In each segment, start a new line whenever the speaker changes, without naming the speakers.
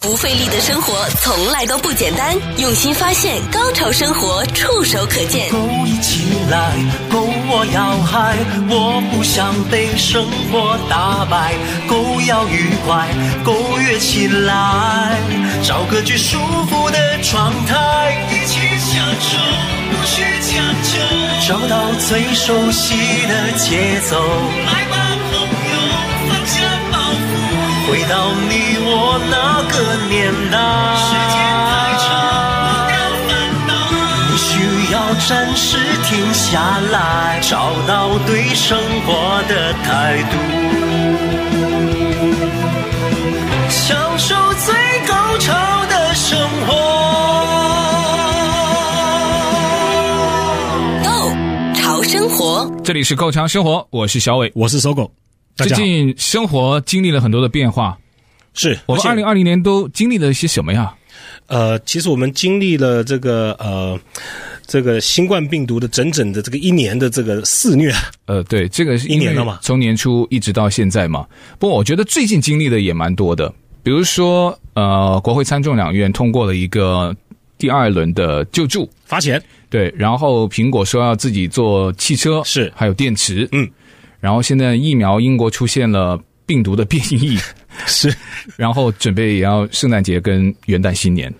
不费力的生活从来都不简单，用心发现，高潮生活触手可见
Go 一起来，Go 我要嗨，我不想被生活打败，Go 要愉快，Go 跃起来，找个最舒服的状态，一起享受，不需强求，找到最熟悉的节奏，来吧朋友，放下包袱，回到你我那个年代。时间太长，你需要暂时停下来，找到对生活的态度，享受最高潮的生活。
，Go 潮生活。
这里是《够强生活》，我是小伟。
我是搜狗。大
最
家好，
近生活经历了很多的变化，
是
我们
而且
二零二零年都经历了一些什么呀？
呃，其实我们经历了这个呃这个新冠病毒的整整的这个一年的这个肆虐，
呃，对，这个是
一
因为
年了嘛
从年初一直到现在嘛。不过我觉得最近经历的也蛮多的，比如说呃，国会参众两院通过了一个第二轮的救助，
罚钱
对，然后苹果说要自己做汽车，
是
还有电池，
嗯，
然后现在疫苗英国出现了病毒的变异，
是
然后准备也要圣诞节跟元旦新年。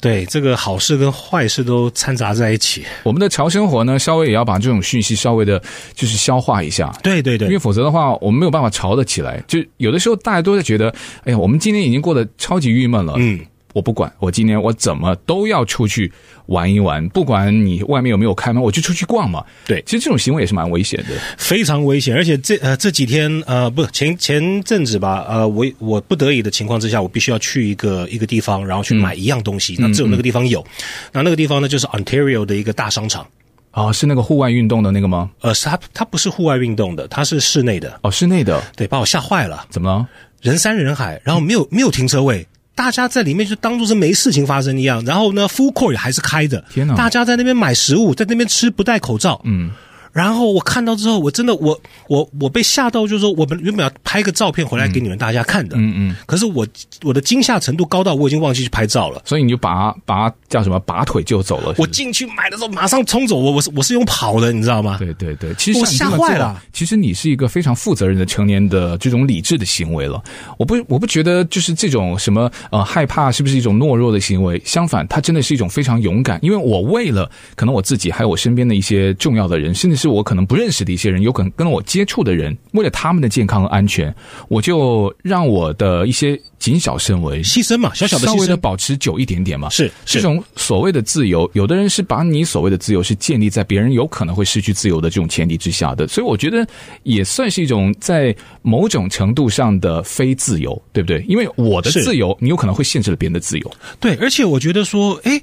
对这个好事跟坏事都掺杂在一起。
我们的潮生活呢，稍微也要把这种讯息稍微的，就是消化一下。
对对
因为
对，
否则的话，我们没有办法潮得起来。就有的时候，大家都在觉得，哎呀，我们今天已经过得超级郁闷了。
嗯，
我不管，我今天我怎么都要出去玩一玩，不管你外面有没有开门，我就出去逛嘛。
对
其实这种行为也是蛮危险的。
非常危险。而且这呃这几天呃不前前阵子吧，呃我我不得已的情况之下，我必须要去一个一个地方，然后
嗯
去买一样东西。那只有那个地方有，那那个地方呢就是 Ontario 的一个大商场。
哦，是那个户外运动的那个吗？
呃，是它它不是户外运动的，它是室内的。
哦，室内的，
对，把我吓坏了。
怎么了？
人山人海，然后没有没有停车位，大家在里面就当做是没事情发生一样。然后呢，food court 也还是开着，
天哪
大家在那边买食物，在那边吃不戴口罩，嗯。然后我看到之后，我真的我我我被吓到，就是说我们原本要拍个照片回来给你们大家看的，嗯嗯。可是我我的惊吓程度高到我已经忘记去拍照了。
所以你就拔拔叫什么拔腿就走了？是不
我
是
进去买的时候马上冲走，我我是我是用跑的，你知道吗？
对对对，其实
我
像你这
吓
么
坏
做
了。
其实你是一个非常负责任的成年的这种理智的行为了。我不我不觉得就是这种什么呃害怕是不是一种懦弱的行为，相反，它真的是一种非常勇敢。因为我为了可能我自己，还有我身边的一些重要的人，甚至是我可能不认识的一些人，有可能跟我接触的人，为了他们的健康和安全，我就让我的一些谨小慎微，
牺牲嘛，小小的
稍
牺
微的
牲，
保持久一点点嘛。
是是
这种所谓的自由，有的人是把你所谓的自由是建立在别人有可能会失去自由的这种前提之下的，所以我觉得也算是一种在某种程度上的非自由，对不对？因为我的
是
自由，你有可能会限制了别人的自由。
对，而且我觉得说，哎，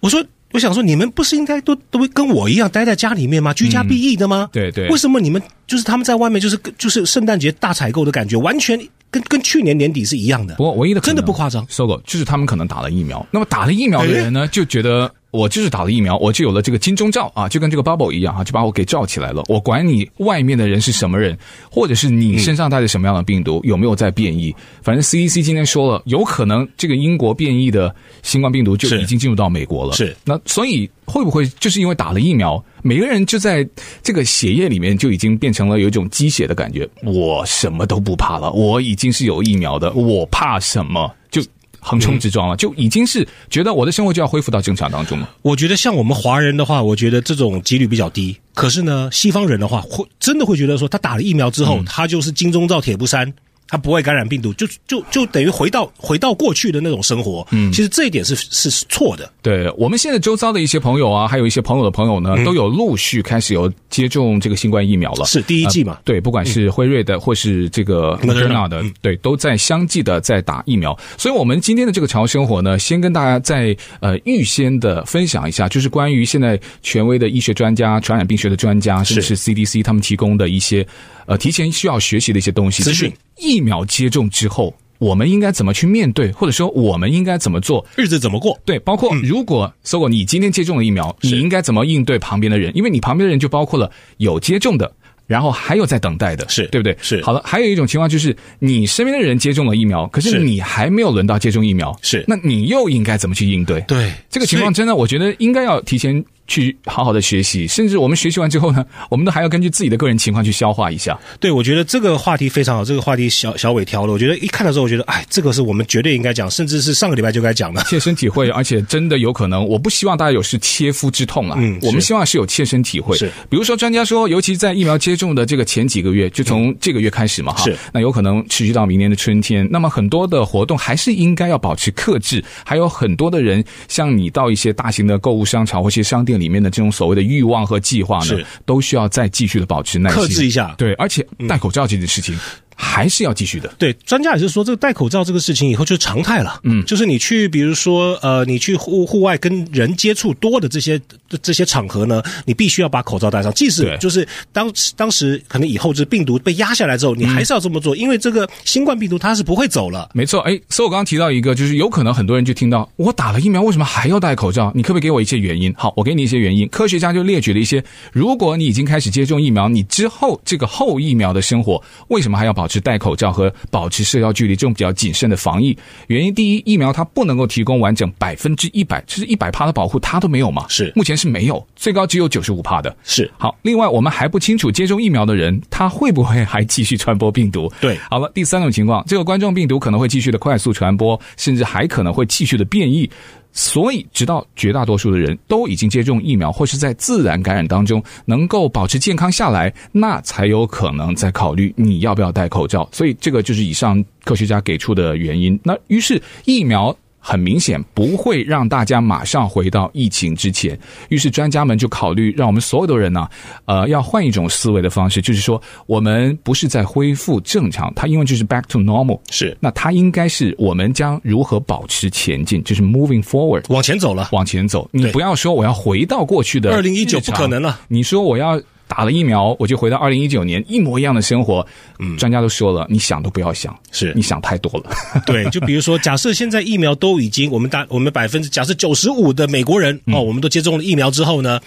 我说，我想说，你们不是应该都都跟我一样待在家里面吗？居家避疫的吗？
嗯对对
为什么你们就是他们在外面就是就是圣诞节大采购的感觉，完全跟跟去年年底是一样的
不。过唯一的可能
真的不夸张
搜狗就是他们可能打了疫苗，那么打了疫苗的人呢，就觉得我就是打了疫苗，我就有了这个金钟罩啊，就跟这个 bubble 一样啊，就把我给罩起来了。我管你外面的人是什么人，或者是你身上带着什么样的病毒，有没有在变异，反正 CDC 今天说了，有可能这个英国变异的新冠病毒就是已经进入到美国了。
是
那所以会不会就是因为打了疫苗，每个人就在这个血液里面就已经变成了有一种鸡血的感觉？我什么都不怕了，我已经是有疫苗的，我怕什么？就横冲直撞了，就已经是觉得我的生活就要恢复到正常当中了。
我觉得像我们华人的话，我觉得这种几率比较低。可是呢，西方人的话，会真的会觉得说，他打了疫苗之后，
嗯
他就是金钟罩铁布衫，他不会感染病毒，就就就等于回到回到过去的那种生活。嗯，其实这一点是是是错的。
对我们现在周遭的一些朋友啊，还有一些朋友的朋友呢，都有陆续开始有接种这个新冠疫苗了。
是第一季嘛嗯
呃对，不管是辉瑞的或是这个
Moderna 嗯
Moderna 的，对，都在相继的在打疫苗。所以，我们今天的这个潮生活呢，先跟大家在呃预先的分享一下，就是关于现在权威的医学专家、传染病学的专家，甚至是 CDC 他们提供的一些呃提前需要学习的一些东西
资讯。
就是疫苗接种之后，我们应该怎么去面对，或者说我们应该怎么做？
日子怎么过？
对，包括
嗯
如果搜狗你今天接种了疫苗，你应该怎么应对旁边的人？因为你旁边的人就包括了有接种的。然后还有在等待的，
是
对不对？
是
好了，还有一种情况就是你身边的人接种了疫苗，可是
是
你还没有轮到接种疫苗，
是
那你又应该怎么去应对？
对
这个情况真的，我觉得应该要提前去好好的学习，甚至我们学习完之后呢，我们都还要根据自己的个人情况去消化一下。
对，我觉得这个话题非常好，这个话题小小伟挑了，我觉得一看的时候，我觉得哎，这个是我们绝对应该讲，甚至是上个礼拜就该讲的。
切身体会，而且真的有可能，我不希望大家有是切肤之痛啊。
嗯
我们
是
希望是有切身体会。
是，
比如说专家说，尤其在疫苗接种的这个前几个月，就从这个月开始嘛，哈，
是
那有可能持续到明年的春天。那么很多的活动还是应该要保持克制，还有很多的人像你到一些大型的购物商场或一些商店里面的这种所谓的欲望和计划呢
是，
都需要再继续的保持耐心，
克制一下嗯
对，而且戴口罩这件事情还是要继续的。
对，专家也是说，这个戴口罩这个事情以后就是常态了。嗯，就是你去，比如说，呃，你去户户外跟人接触多的这些这些场合呢，你必须要把口罩戴上。即使
对
就是当当时可能以后这病毒被压下来之后，你还是要这么做，因为这个新冠病毒它是不会走了。
没错，哎，所以我刚刚提到一个，就是有可能很多人就听到我打了疫苗，为什么还要戴口罩？你可不可以给我一些原因？好，我给你一些原因。科学家就列举了一些，如果你已经开始接种疫苗，你之后这个后疫苗的生活，为什么还要保持戴口罩和保持社交距离这种比较谨慎的防疫？原因第一，疫苗它不能够提供完整百分之一百，就是一百趴的保护，它都没有嘛。
是
目前是没有，最高只有九十五趴的。
是
好，另外我们还不清楚接种疫苗的人他会不会还继续传播病毒。
对
好了，第三种情况，这个冠状病毒可能会继续的快速传播，甚至还可能会继续的变异。所以，直到绝大多数的人都已经接种疫苗，或是在自然感染当中能够保持健康下来，那才有可能再考虑你要不要戴口罩。所以，这个就是以上科学家给出的原因。那于是疫苗。很明显不会让大家马上回到疫情之前，于是专家们就考虑让我们所有的人呢、呃，要换一种思维的方式，就是说我们不是在恢复正常，它英文就是 back to normal，
是
那它应该是我们将如何保持前进，就是 moving forward。
往前走了。
往前走，你
对
不要说我要回到过去的
2019
日常
不可能了。
你说我要打了疫苗，我就回到二零一九年一模一样的生活。嗯，专家都说了，你想都不要想，
是
你想太多了。
对，就比如说，假设现在疫苗都已经，我们大我们百分之假设九十五的美国人
嗯
哦，我们都接种了疫苗之后呢，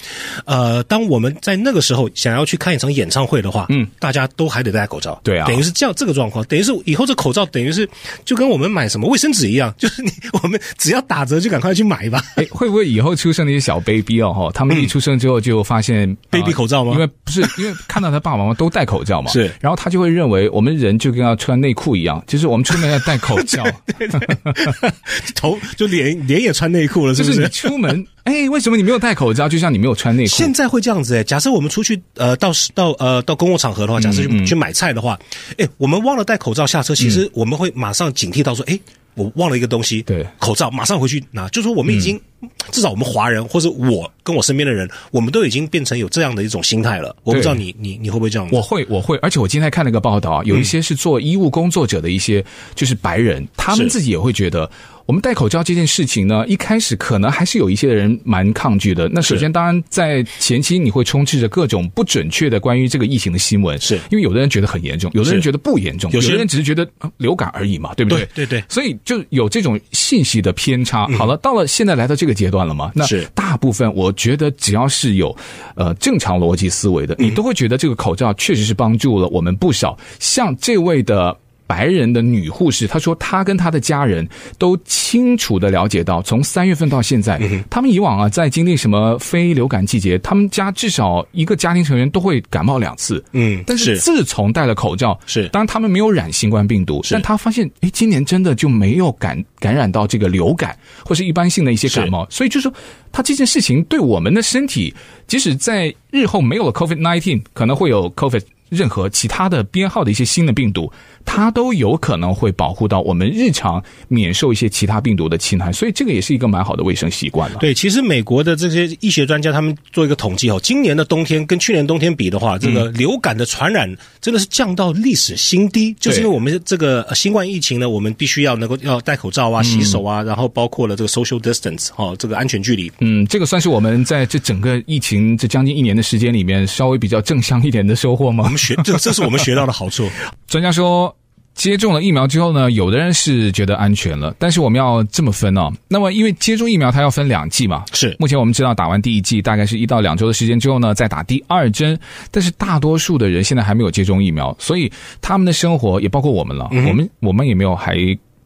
呃，当我们在那个时候想要去看一场演唱会的话，嗯，大家都还得戴口罩，
对啊
等于是这样这个状况，等于是以后这口罩等于是就跟我们买什么卫生纸一样，就是你我们只要打折就赶快去买吧，
哎，会不会以后出生的一些小 baby 哦，哈，他们一出生之后就发现、呃
baby 口罩吗
因为不是因为看到他爸爸妈妈都戴口罩嘛，
是
然后他就会认为我们人就跟要穿内裤一样，就是我们出门要戴口罩，
头就脸脸也穿内裤 了，是
就
不
是
是
你？出门，哎，为什么你没有戴口罩？就像你没有穿内裤，
现在会这样子哎、假设我们出去呃到市到呃到公共场合的话，
嗯
假设去、去买菜的话，哎、我们忘了戴口罩下车，其实我们会马上警惕到说，哎、我忘了一个东西，
嗯对嗯
口罩马上回去拿，就说我们已经、至少我们华人或者我跟我身边的人，我们都已经变成有这样的一种心态了。我不知道你你你会不会这样子？
我会，我会，而且我今天还看了一个报道啊，有一些是做医务工作者的一些就是白人，他们
是
自己也会觉得。我们戴口罩这件事情呢，一开始可能还是有一些人蛮抗拒的。那首先，当然在前期你会充斥着各种不准确的关于这个疫情的新闻，
是
因为有的人觉得很严重，有的人
是
觉得不严重，有
有些
的
人
人只是觉得呃流感而已嘛，对不对？
对对对
所以就有这种信息的偏差。好了，到了现在来到这个阶段了嘛，那
是
大部分我觉得只要是有呃正常逻辑思维的，
嗯
你都会觉得这个口罩确实是帮助了我们不少。像这位的。白人的女护士，她说她跟她的家人都清楚的了解到，从三月份到现
嗯
在，他们以往啊在经历什么非流感季节，他们家至少一个家庭成员都会感冒两次。
嗯，
但是
是
自从戴了口罩，
是
当然他们没有染新冠病毒，
是
但他发现，哎，今年真的就没有感感染到这个流感或是一般性的一些感冒，所以就说，他这件事情对我们的身体，即使在日后没有了 COVID nineteen，可能会有 COVID 任何其他的编号的一些新的病毒，它都有可能会保护到我们日常免受一些其他病毒的侵害，所以这个也是一个蛮好的卫生习惯了。
对，其实美国的这些医学专家他们做一个统计哦，今年的冬天跟去年冬天比的话，这个流感的传染真的是降到历史新低，就是因为我们这个呃新冠疫情呢，我们必须要能够要戴口罩啊、洗手啊，然后包括了这个 social distance 哦，这个安全距离。
嗯，这个算是我们在这整个疫情这将近一年的时间里面稍微比较正向一点的收获吗
我？们学这这是我们学到的好处，
专家说，接种了疫苗之后呢，有的人是觉得安全了，但是我们要这么分哦。那么，因为接种疫苗它要分两剂嘛，
是
目前我们知道，打完第一剂大概是一到两周的时间之后呢，再打第二针。但是大多数的人现在还没有接种疫苗，所以他们的生活也包括我们了，我们我们也没有还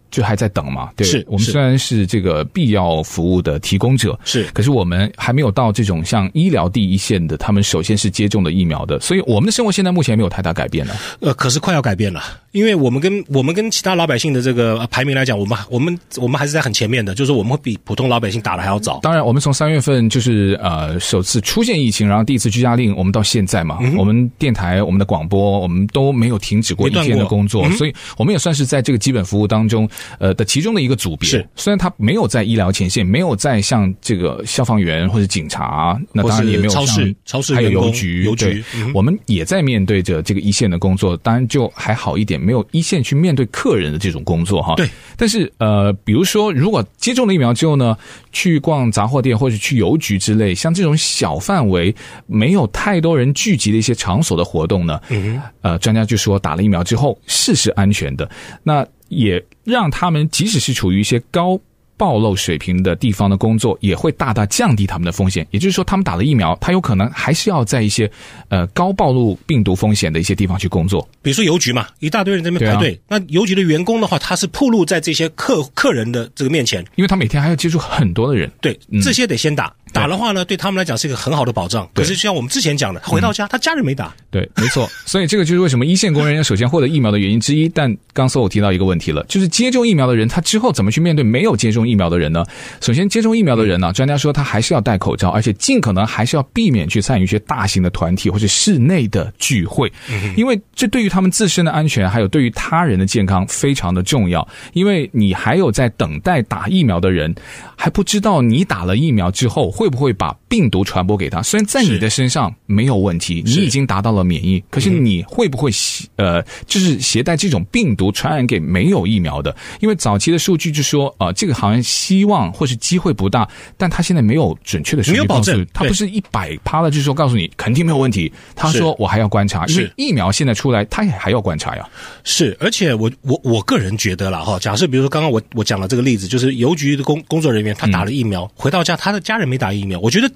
就还在等嘛。对，
嗯是
我们
是
虽然是这个必要服务的提供者，
是
可是我们还没有到这种像医疗第一线的，他们首先是接种的疫苗的，所以我们的生活现在目前没有太大改变呢。
呃，可是快要改变了，因为我们跟我们跟其他老百姓的这个呃排名来讲，我们我们我们还是在很前面的，就是我们会比普通老百姓打的还要早。
当然，我们从三月份就是呃首次出现疫情，然后第一次居家令，我们到现在嘛，
嗯
我们电台、我们的广播，我们都没有停止过一
没断过嗯
天的工作，所以我们也算是在这个基本服务当中，呃的其中的一个组别。
是
虽然它没有在医疗前线，没有在像这个消防员或者警察，那当然也没有像
或是超市超市
还有
员工
邮局，
邮局
对
嗯哼
我们也在面对着这个一线的工作，当然就还好一点，没有一线去面对客人的这种工作哈。
对，
但是呃，比如说如果接种了疫苗之后呢，去逛杂货店或者去邮局之类，像这种小范围没有太多人聚集的一些场所的活动呢，嗯、呃，专家就说打了疫苗之后是是安全的，那也让他们即使是处于一些高。暴露水平的地方的工作也会大大降低他们的风险，也就是说，他们打了疫苗，他有可能还是要在一些呃高暴露病毒风险的一些地方去工作。
比如说邮局嘛，一大堆人在那
啊
边排队。那邮局的员工的话，他是暴露在这些客客人的这个面前，
因为他每天还要接触很多的人。
对
嗯，
这些得先打。打的话呢，对他们来讲是一个很好的保障。可
对嗯
是就像我们之前讲的，回到家他家人没打，
对，没错。 所以这个就是为什么一线工人要首先获得疫苗的原因之一。但刚才我提到一个问题了，就是接种疫苗的人，他之后怎么去面对没有接种疫苗的人呢？首先，接种疫苗的人呢、专家说他还是要戴口罩，而且尽可能还是要避免去参与一些大型的团体或者室内的聚会，因为这对于他们自身的安全，还有对于他人的健康非常的重要。因为你还有在等待打疫苗的人，还不知道你打了疫苗之后会不会把病毒传播给他。虽然在你的身上没有问题，你
是嗯
已经达到了免疫，可是你会不会携呃，就是携带这种病毒传染给没有疫苗的？因为早期的数据就说，呃，这个好像希望或是机会不大，但他现在没有准确的数据
没有保
告诉
证
你，他
对
不是一百趴的，就是说告诉你肯定没有问题。他
是
说我还要观察，因为
是
疫苗现在出来，他也还要观察呀。
是，而且我我我个人觉得啦哈，假设比如说刚刚我我讲了这个例子，就是邮局的工工作人员
嗯
他打了疫苗，回到家他的家人没打疫苗，我觉得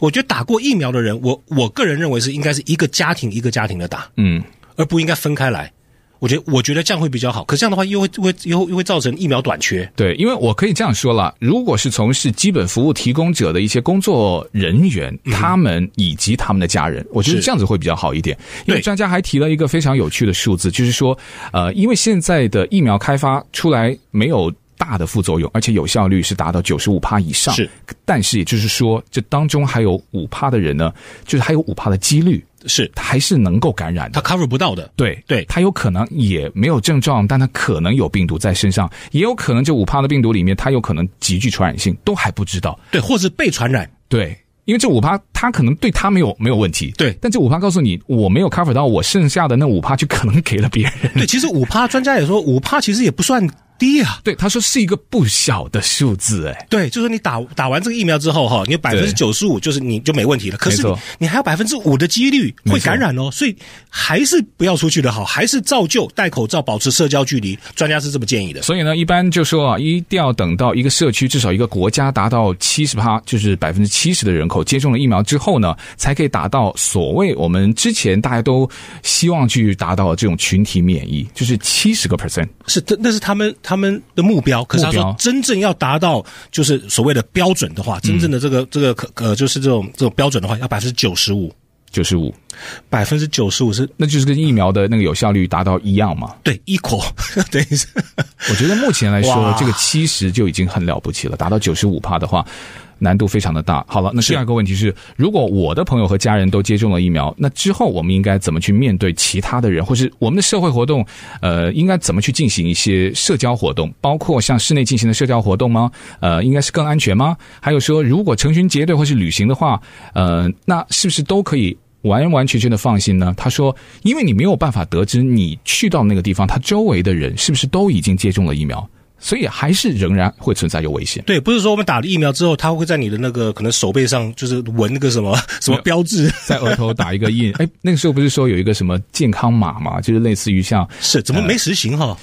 我觉得打过疫苗的人，我我个人认为是应该是一个家庭一个家庭的打，
嗯，
而不应该分开来。我觉得我觉得这样会比较好，可这样的话又会又会又会又会造成疫苗短缺。
对，因为我可以这样说了，如果是从事基本服务提供者的一些工作人员，他们以及他们的家人，我觉得
是
这样子会比较好一点。因为
对
专家还提了一个非常有趣的数字，就是说，呃，因为现在的疫苗开发出来没有。大的副作用，而且有效率是达到九十五帕以上。
是，
但是也就是说，这当中还有五帕的人呢，就是还有五帕的几率，
是
他还是能够感染的
他。cover 不到的，
对
对
他有可能也没有症状，但他可能有病毒在身上，也有可能这五趴的病毒里面，他有可能极具传染性，都还不知道。
对，或是被传染，
对，因为这五趴，他可能对他没有没有问题，
对
但这五趴告诉你，我没有 cover 到，我剩下的那五趴就可能给了别人。
对，其实五趴专家也说五趴其实也不算低啊。
对，他说是一个不小的数字，哎，
对，就是你打打完这个疫苗之后哈，你有百分之九十五就是你就没问题了。可
没
是你
错
你还有百分之五的几率会感染哦，所以还是不要出去的好，还是照旧戴口罩、保持社交距离。专家是这么建议的。
所以呢，一般就说啊，一定要等到一个社区至少一个国家达到七十趴，就是百分之七十的人口接种了疫苗之后呢，才可以达到所谓我们之前大家都希望去达到的这种群体免疫，就是七十个 percent。
是，这那是他们他们的目标。可是他
目标
说，真正要达到就是所谓的标准的话，真正的这
嗯
个、这个可呃，就是这种这种标准的话，要百分之九十五，
九十五，
百分之九十五是
那就是跟疫苗的那个有效率达到一样嘛。
对 equal，等 于是
我觉得目前来说
哇，
这个七十就已经很了不起了，达到九十五帕的话，难度非常的大。好了，那第二个问题是，如果我的朋友和家人都接种了疫苗，那之后我们应该怎么去面对其他的人，或是我们的社会活动，呃，应该怎么去进行一些社交活动，包括像室内进行的社交活动吗？呃，应该是更安全吗？还有说，如果成群结队或是旅行的话，呃，那是不是都可以完完全全的放心呢？他说，因为你没有办法得知你去到那个地方，他周围的人是不是都已经接种了疫苗，所以还是仍然会存在有危险。
对，不是说我们打了疫苗之后，它会在你的那个可能手背上就是纹那个什 么什么标志，
在额头打一个印， 哎，那个时候不是说有一个什么健康码嘛，就是类似于像
是怎么没实行哈？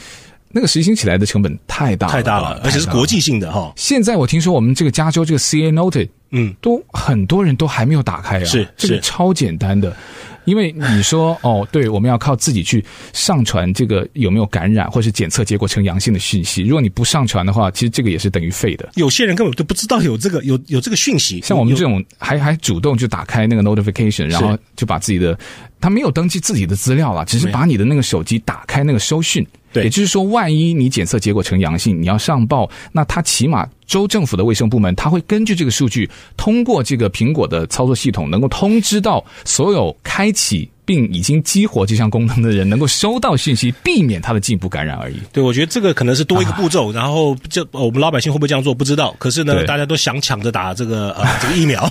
那个实行起来的成本哎太大了
太大了，而且是国。
太大了
际性的哈。
现在我听说我们这个加州这个 CA Noted
哦嗯，
都很多人都还没有打开啊，
是
这个
是
超简单的。因为你 说哦，对，我们要靠自己去上传这个有没有感染，或是检测结果呈阳性的讯息。如果你不上传的话，其实这个也是等于废的。
有些人根本就不知道有这个有有这个讯息，
像我们
有
这种还还主动就打开那个 notification，然后就把自己的他没有登记自己的资料啦，只是把你的那个手机打开那个收讯。
对
也就是说，万一你检测结果呈阳性，你要上报，那他起码州政府的卫生部门，他会根据这个数据，通过这个苹果的操作系统，能够通知到所有开启并已经激活这项功能的人，能够收到信息，避免他的进一步感染而已。
对，我觉得这个可能是多一
啊
个步骤，然后这呃我们老百姓会不会这样做不知道。可是呢，
对
大家都想抢着打这个呃这个 疫苗，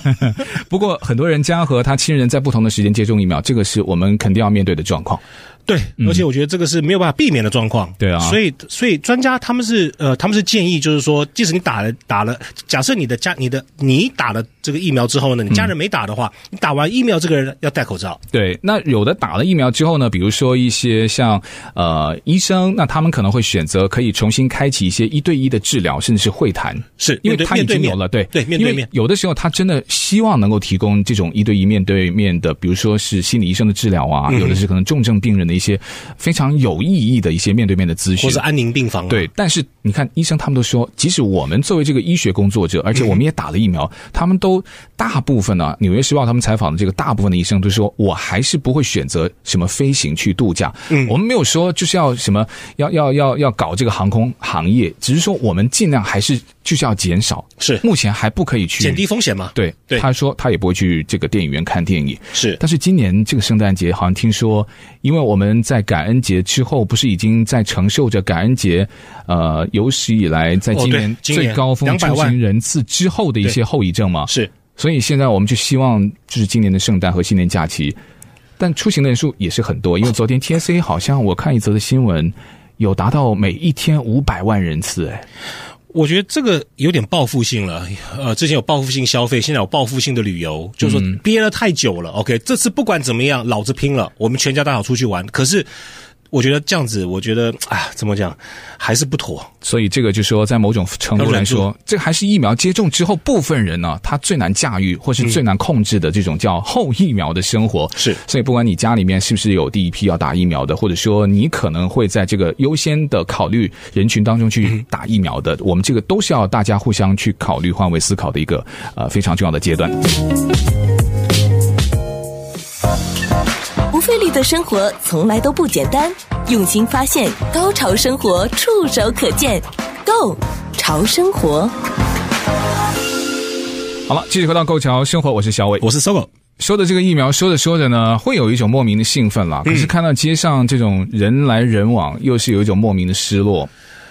不过，很多人家和他亲人在不同的时间接种疫苗，这个是我们肯定要面对的状况。
对，而且我觉得这个是没有办法避免的状况。
嗯对啊
所以所以专家他们是呃他们是建议就是说，即使你打了打了，假设你的家你的你打了这个疫苗之后呢，你家人没打的话，你打完疫苗这个人要戴口罩。
对，那有的打了疫苗之后呢，比如说一些像呃医生，那他们可能会选择可以重新开启一些一对一的治疗，甚至是会谈，
是
因为
面对
他已
面对
经
面
有了对
对面对
因为
面
有的时候他真的希望能够提供这种一对一面对面的，比如说是心理医生的治疗啊，
嗯
有的是可能重症病人的一些非常有意义的一些面对面的咨询，
或是安宁病房、啊，
对，但是你看，医生他们都说，即使我们作为这个医学工作者，而 且我们也打了疫苗，他们都大部分呢、纽约时报》他们采访的这个大部分的医生都说，我还是不会选择什么飞行去度假。嗯，我们没有说就是要什么要要要要搞这个航空行业，只是说我们尽量还是就是要减少，
是
目前还不可以去
减低。风险嘛。
对，
对
他说他也不会去这个电影院看电影，
是
但是今年这个圣诞节好像听说，因为我们在感恩节之后，不是已经在承受着感恩节，呃，有史以来在今
哦
年
对今年
最高峰
200
出
万
行人次之后的一些后遗症嘛？
是。
所以现在我们就希望，就是今年的圣诞和新年假期，但出行的人数也是很多，因为昨天 TSA 好像我看一则的新闻，有达到每一天五百万人次，哎，
我觉得这个有点报复性了，呃，之前有报复性消费，现在有报复性的旅游，就是
嗯
说憋了太久了。OK，这次不管怎么样，老子拼了，我们全家大小出去玩。可是我觉得这样子，我觉得啊，怎么讲，还是不妥。
所以这个就说，在某种程度来
要
说，这还是疫苗接种之后部分人呢、啊他最难驾驭或是最难控制的这种叫后疫苗的生活。
是
所以不管你家里面是不是有第一批要打疫苗的，或者说你可能会在这个优先的考虑人群当中
嗯
去打疫苗的，我们这个都是要大家互相去考虑、换位思考的一个呃
嗯
非常重要的阶段。
不费力的生活从来都不简单，用心发现，高潮生活触手可见 g o 潮生活。
好了，继续回到《构桥生活》，我是小伟，
我是搜狗，
说的这个疫苗，说着说着呢，会有一种莫名的兴奋啦。可
嗯
是看到街上这种人来人往，又是有一种莫名的失落。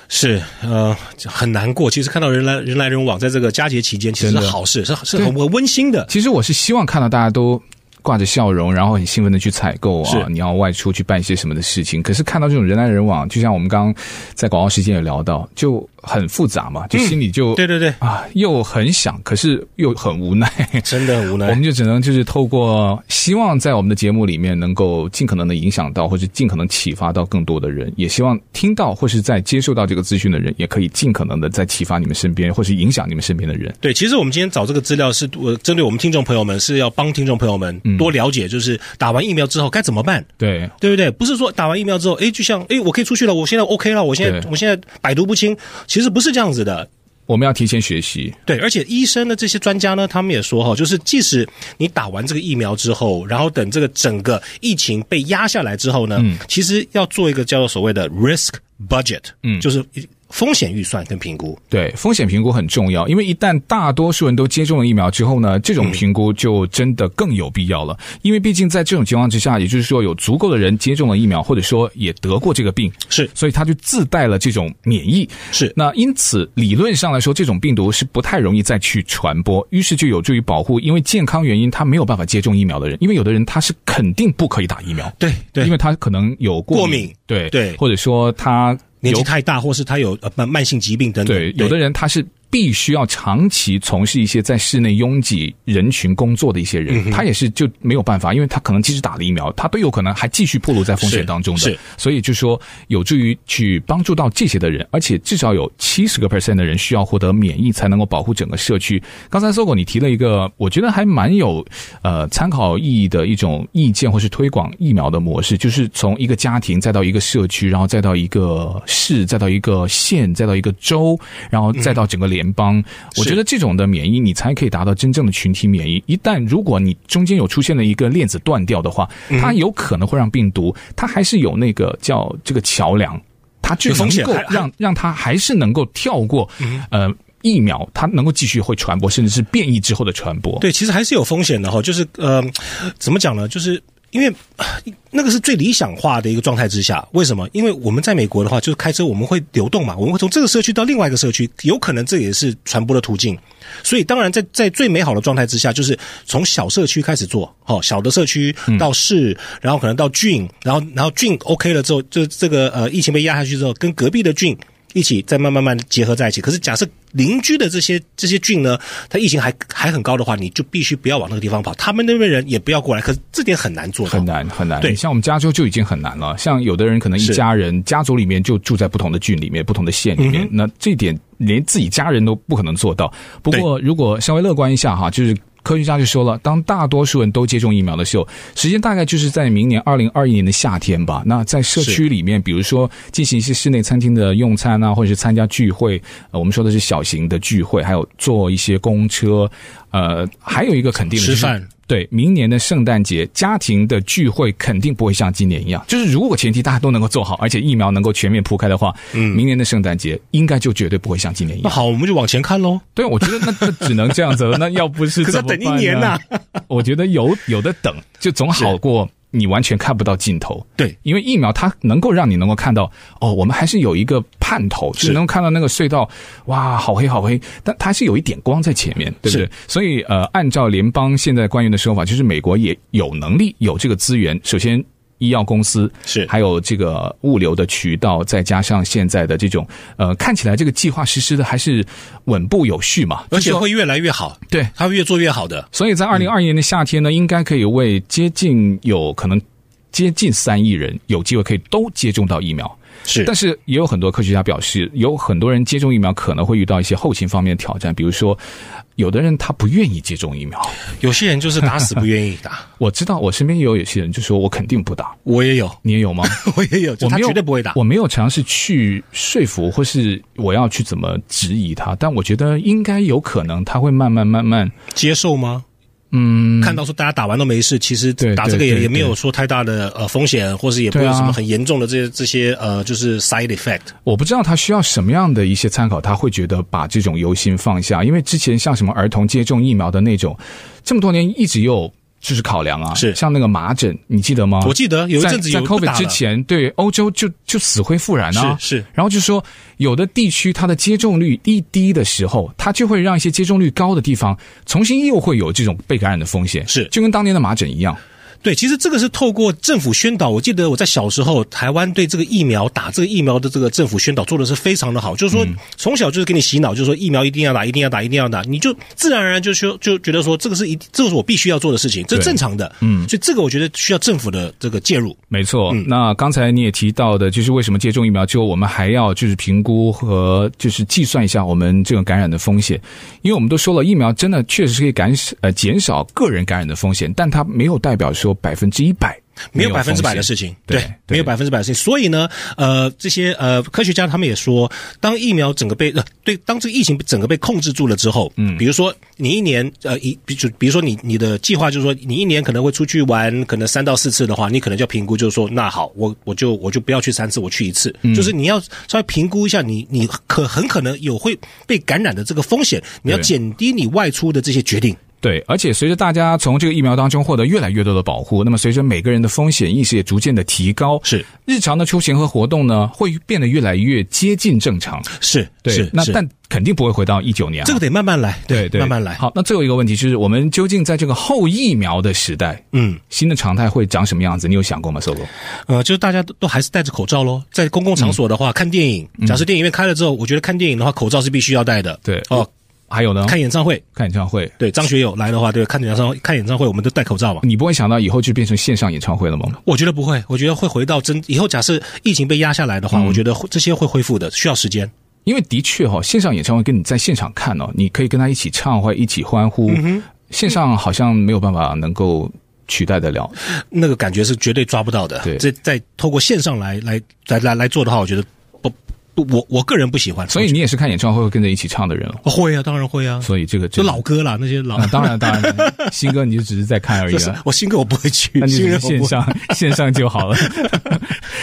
是呃很难过。其实看到人来人来人往，在这个佳节期间，其实
真
是
的
好事，是是很很温馨的。
其实我是希望看到大家都挂着笑容，然后很兴奋的去采购啊
是，
你要外出去办一些什么的事情。可是看到这种人来人往，就像我们刚刚在广告时间有聊到，就很复杂嘛，就心里就、
嗯对对对，
啊，又很想，可是又很无 奈。
真的很无
我
奈
们。就只能就是透过希望在我们的节目里面能够尽可能的影响到，或者尽可能启发到更多的人，也希望听到或是在接受到这个资讯的人，也可以尽可能的在启发你们身边或是影响你们身边的人。
对，其实我们今天找这个资料是呃，针对我们听众朋友们，是要帮听众朋友们
嗯
多了解，就是打完疫苗之后该怎么办。
对，
对不对？不是说打完疫苗之后，哎，就像哎，我可以出去了，我现在 OK 了，我现在
对
我现在百毒不侵，其实不是这样子的。
我们要提前学习。
对，而且医生的这些专家呢，他们也说哈，就是即使你打完这个疫苗之后，然后等这个整个疫情被压下来之后呢，
嗯
其实要做一个叫做所谓的 risk budget，嗯，就是风险预算跟评估。
对，风险评估很重要，因为一旦大多数人都接种了疫苗之后呢，这
嗯
种评估就真的更有必要了。因为毕竟在这种情况之下，也就是说有足够的人接种了疫苗，或者说也得过这个病，
是
所以他就自带了这种免疫。
是
那因此理论上来说，这种病毒是不太容易再去传播，于是就有助于保护因为健康原因他没有办法接种疫苗的人，因为有的人他是肯定不可以打疫苗。
对对
因为他可能有过
过敏
对
对
或者说他
年纪
有
太大，或是他有呃慢慢性疾病等等。
对，有的人他是必须要长期从事一些在室内拥挤人群工作的一些
嗯
人，他也是就没有办法，因为他可能即使打了疫苗，他都有可能还继续暴露在风险当中的。
是是
所以就说有助于去帮助到这些的人，而且至少有七十个 percent 的人需要获得免疫，才能够保护整个社区。刚才搜狗你提了一个，我觉得还蛮有呃参考意义的一种意见，或是推广疫苗的模式，就是从一个家庭再到一个社区，然后再到一个市，再到一个县，再到一个州，然后
嗯
再到整个联邦。我觉得这种的免疫，你才可以达到真正的群体免疫。一旦如果你中间有出现了一个链子断掉的话，
嗯
它有可能会让病毒，它还是有那个叫这个桥梁，它就
有风
能
险
够
还还嗯
让让它还是能够跳过，呃。疫苗它能够继续会传播，甚至是变异之后的传播。
对，其实还是有风险的哈，就是呃，怎么讲呢？就是因为呃那个是最理想化的一个状态之下，为什么？因为我们在美国的话，就是开车我们会流动嘛，我们会从这个社区到另外一个社区，有可能这也是传播的途径。所以，当然在在最美好的状态之下，就是从小社区开始做，哦，小的社区到市，然后可能到郡，然后然后郡 OK 了之后，就这个呃疫情被压下去之后，跟隔壁的郡一起再慢慢慢结合在一起。可是假设邻居的这些这些郡呢，它疫情还还很高的话，你就必须不要往那个地方跑，他们那边人也不要过来。可是这点很难做到，
很难很难。
对
像我们加州就已经很难了。像有的人可能一
是
家人家族里面就住在不同的郡里面、不同的县里
嗯
面，那这点连自己家人都不可能做到。不过如果稍微乐观一下哈，就是。科学家就说了，当大多数人都接种疫苗的时候，时间大概就是在明年二零二一年的夏天吧。那在社区里面，比如说进行一些室内餐厅的用餐啊，或者是参加聚会，呃，我们说的是小型的聚会，还有坐一些公车，呃，还有一个肯定的就是
吃饭
对，明年的圣诞节家庭的聚会肯定不会像今年一样，就是如果前提大家都能够做好，而且疫苗能够全面铺开的话，嗯，明年的圣诞节应该就绝对不会像今年一
那
样。
好，我们就往前看喽。
对，我觉得那那只能这样子了。那要不是
可是 要
怎么
等一
办
年
呢
呐？
我觉得有有的等，就总好过你完全看不到尽头。
对，
因为疫苗它能够让你能够看到，哦，我们还是有一个盼头，就是
是
能够看到那个隧道，哇，好黑好黑，但它是有一点光在前面，对不对
是？
所以呃，按照联邦现在官员的说法，就是美国也有能力有这个资源，首先。医药公司
是
还有这个物流的渠道，再加上现在的这种，呃，看起来这个计划实施的还是稳步有序嘛，
而
就
且
说
会越来越好，
对，
它会越做越好的。
所以在二零二一年的夏天呢，应该可以为接近有可能接近三亿人有机会可以都接种到疫苗。
是
但是也有很多科学家表示，有很多人接种疫苗可能会遇到一些后勤方面的挑战，比如说，有的人他不愿意接种疫苗。
有些人就是打死不愿意打，
我知道我身边也有有些人就说我肯定不打，
我也有，
你也有吗？
我也有，就
我
他
没有
绝对不会打。
我没有尝试去说服，或是我要去怎么质疑他，但我觉得应该有可能他会慢慢慢慢，
接受吗？
嗯，
看到说大家打完都没事，其实
对
打这个
对
也
对
也没有说太大的呃风险，或是也不会
对
有
啊
什么很严重的这些这些呃就是 side effect。
我不知道他需要什么样的一些参考，他会觉得把这种忧心放下，因为之前像什么儿童接种疫苗的那种，这么多年一直有就是考量啊，
是
像那个麻疹，你记得吗？
我记得有一阵子
在
有
在
不
COVID
打了
之前，对欧洲就就死灰复燃啊，
是是
然后就说有的地区它的接种率一低的时候，它就会让一些接种率高的地方重新又会有这种被感染的风险，
是
就跟当年的麻疹一样。
对，其实这个是透过政府宣导。我记得我在小时候，台湾对这个疫苗打这个疫苗的这个政府宣导做的是非常的好，就是说、从小就是给你洗脑，就是说疫苗一定要打，一定要打，一定要打，你就自然而然就说就觉得说这个是一这个是我必须要做的事情，这
对
正常的。嗯，所以这个我觉得需要政府的这个介入。
没错，
嗯
那刚才你也提到的，就是为什么接种疫苗之后，我们还要就是评估和就是计算一下我们这个感染的风险，因为我们都说了，疫苗真的确实是可以减呃减少个人感染的风险，但它没有代表说百分之一百
嗯没有
有
百分之百的
风险
事情，
对
对，
对
没有百分之百的事情。所以呢，呃，这些呃科学家他们也说，当疫苗整个被呃对，当这个疫情整个被控制住了之后，嗯，比如说你一年呃一比就比如说你你的计划就是说你一年可能会出去玩可能三到四次的话，你可能就要评估，就是说那好，我我就我就不要去三次，我去一次，
嗯
就是你要稍微评估一下你你可很可能有会被感染的这个风险，你要
对
减低你外出的这些决定。
对，而且随着大家从这个疫苗当中获得越来越多的保护，那么随着每个人的风险意识也逐渐的提高，
是
日常的出行和活动呢，会变得越来越接近正常。
是
对，
是，
那
是
但肯定不会回到一九年啊、
这个得慢慢来，
对对
慢慢来。
好，那最后一个问题就是，我们究竟在这个后疫苗的时代，
嗯，
新的常态会长什么样子？你有想过吗，搜狗？
呃，就是大家都都还是戴着口罩喽。在公共
嗯
场所的话，看电影，假设电影院开了之后，我觉得看电影的话，口罩是必须要戴的。
对
哦，
还有呢？
看演唱会，
看演唱会，
对张学友来的话，对，看演唱会，看演唱会我们都戴口罩嘛。
你不会想到以后就变成线上演唱会了吗？
我觉得不会，我觉得会回到真以后，假设疫情被压下来的话，
嗯
我觉得会这些会恢复的，需要时间。
因为的确哈、哦，线上演唱会跟你在现场看哦，你可以跟他一起唱或一起欢呼，
嗯
线上好像没有办法能够取代得了。
嗯那个感觉是绝对抓不到的。
对
这再透过线上来来来来来做的话，我觉得不不，我我个人不喜欢。
所以你也是看演唱会会跟着一起唱的人了。
我会啊，当然会啊，
所以这个
就
真的
老歌啦，那些老
啊，当然当然，新歌你就只是在看而已 啊
就是
了。
我新歌我不会去
那，就
新
是
人我不
线
会
上 线上就 好了。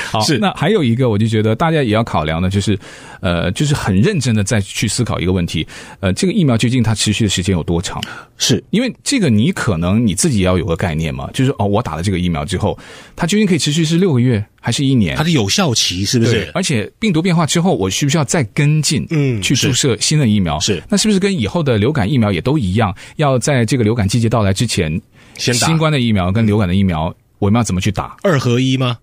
好，
是
那还有一个，我就觉得大家也要考量的，就是呃，就是很认真的再去思考一个问题，呃，这个疫苗究竟它持续的时间有多长？
是
因为这个你可能你自己也要有个概念嘛，就是哦，我打了这个疫苗之后，它究竟可以持续是六个月还是一年
它？的有效期是不
对
是，？
而且病毒变化之后，我需不需要再跟进？
嗯
去
是
注射新的疫苗
是
那是不是跟以后的流感疫苗也都一样？要在这个流感季节到来之前，
先打
新冠的疫苗跟流感的疫苗，我们要怎么去打？
二合一吗？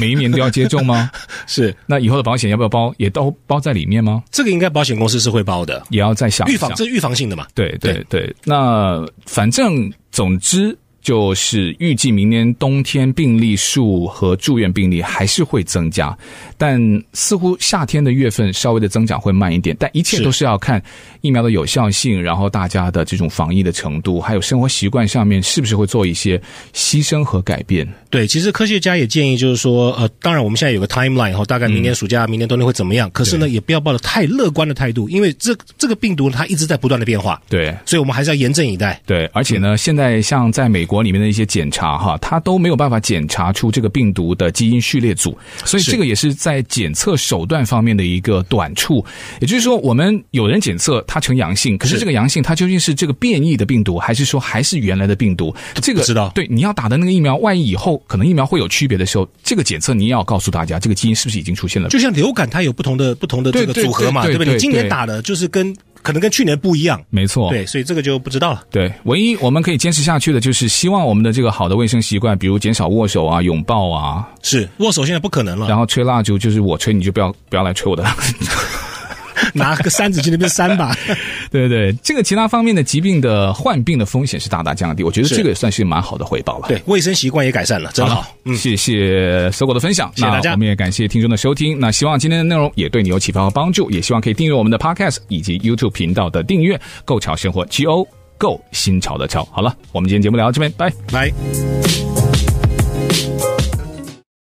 每一年都要接种吗？
是
那以后的保险要不要包？也都包在里面吗？
这个应该保险公司是会包的，
也要再想一
预
想
防这。是预防性的嘛？
对对对，那反正总之就是预计明年冬天病例数和住院病例还是会增加，但似乎夏天的月份稍微的增长会慢一点。但一切
是
都是要看疫苗的有效性，然后大家的这种防疫的程度，还有生活习惯上面是不是会做一些牺牲和改变。
对，其实科学家也建议，就是说，呃，当然我们现在有个 timeline，然后大概明年暑
嗯
假、明年冬天会怎么样？可是呢，也不要抱着太乐观的态度，因为这这个病毒它一直在不断的变化，
对，
所以我们还是要严阵以待。
对，而且
嗯
呢，现在像在美国里面的一些检查哈，它都没有办法检查出这个病毒的基因序列组，所以
是
这个也是在检测手段方面的一个短处。也就是说，我们有人检测它呈阳性，可是
是
这个阳性它究竟是这个变异的病毒，还是说还是原来的病毒？这个
不知道
对，你要打的那个疫苗，万一以后可能疫苗会有区别的时候，这个检测你也要告诉大家，这个基因是不是已经出现了
就像流感，它有不同的不同的
对
这个
对
组合嘛，
对
不对？
对哦
你今
对
年打的就是跟可能跟去年不一样，
没错，
对，所以这个就不知道了。
对，唯一我们可以坚持下去的就是希望我们的这个好的卫生习惯，比如减少握手啊、拥抱啊，
是握手现在不可能了，
然后吹蜡烛就是我吹，你就不要不要来吹我的蜡烛。
拿个扇子去那边扇吧。
对对，对这个其他方面的疾病的患病的风险是大大降低，我觉得
是
这个也算是蛮好的回报了。
对，卫生习惯也改善了，真
好了。
好。嗯，
谢谢搜狗的分享，
谢谢大家
那我们也感谢听众的收听。那希望今天的内容也对你有启发和帮助，也希望可以订阅我们的 Podcast 以及 YouTube 频道的订阅“购潮生活 ”G O 购新潮的潮。好了，我们今天节目聊到这边，拜。
来。
我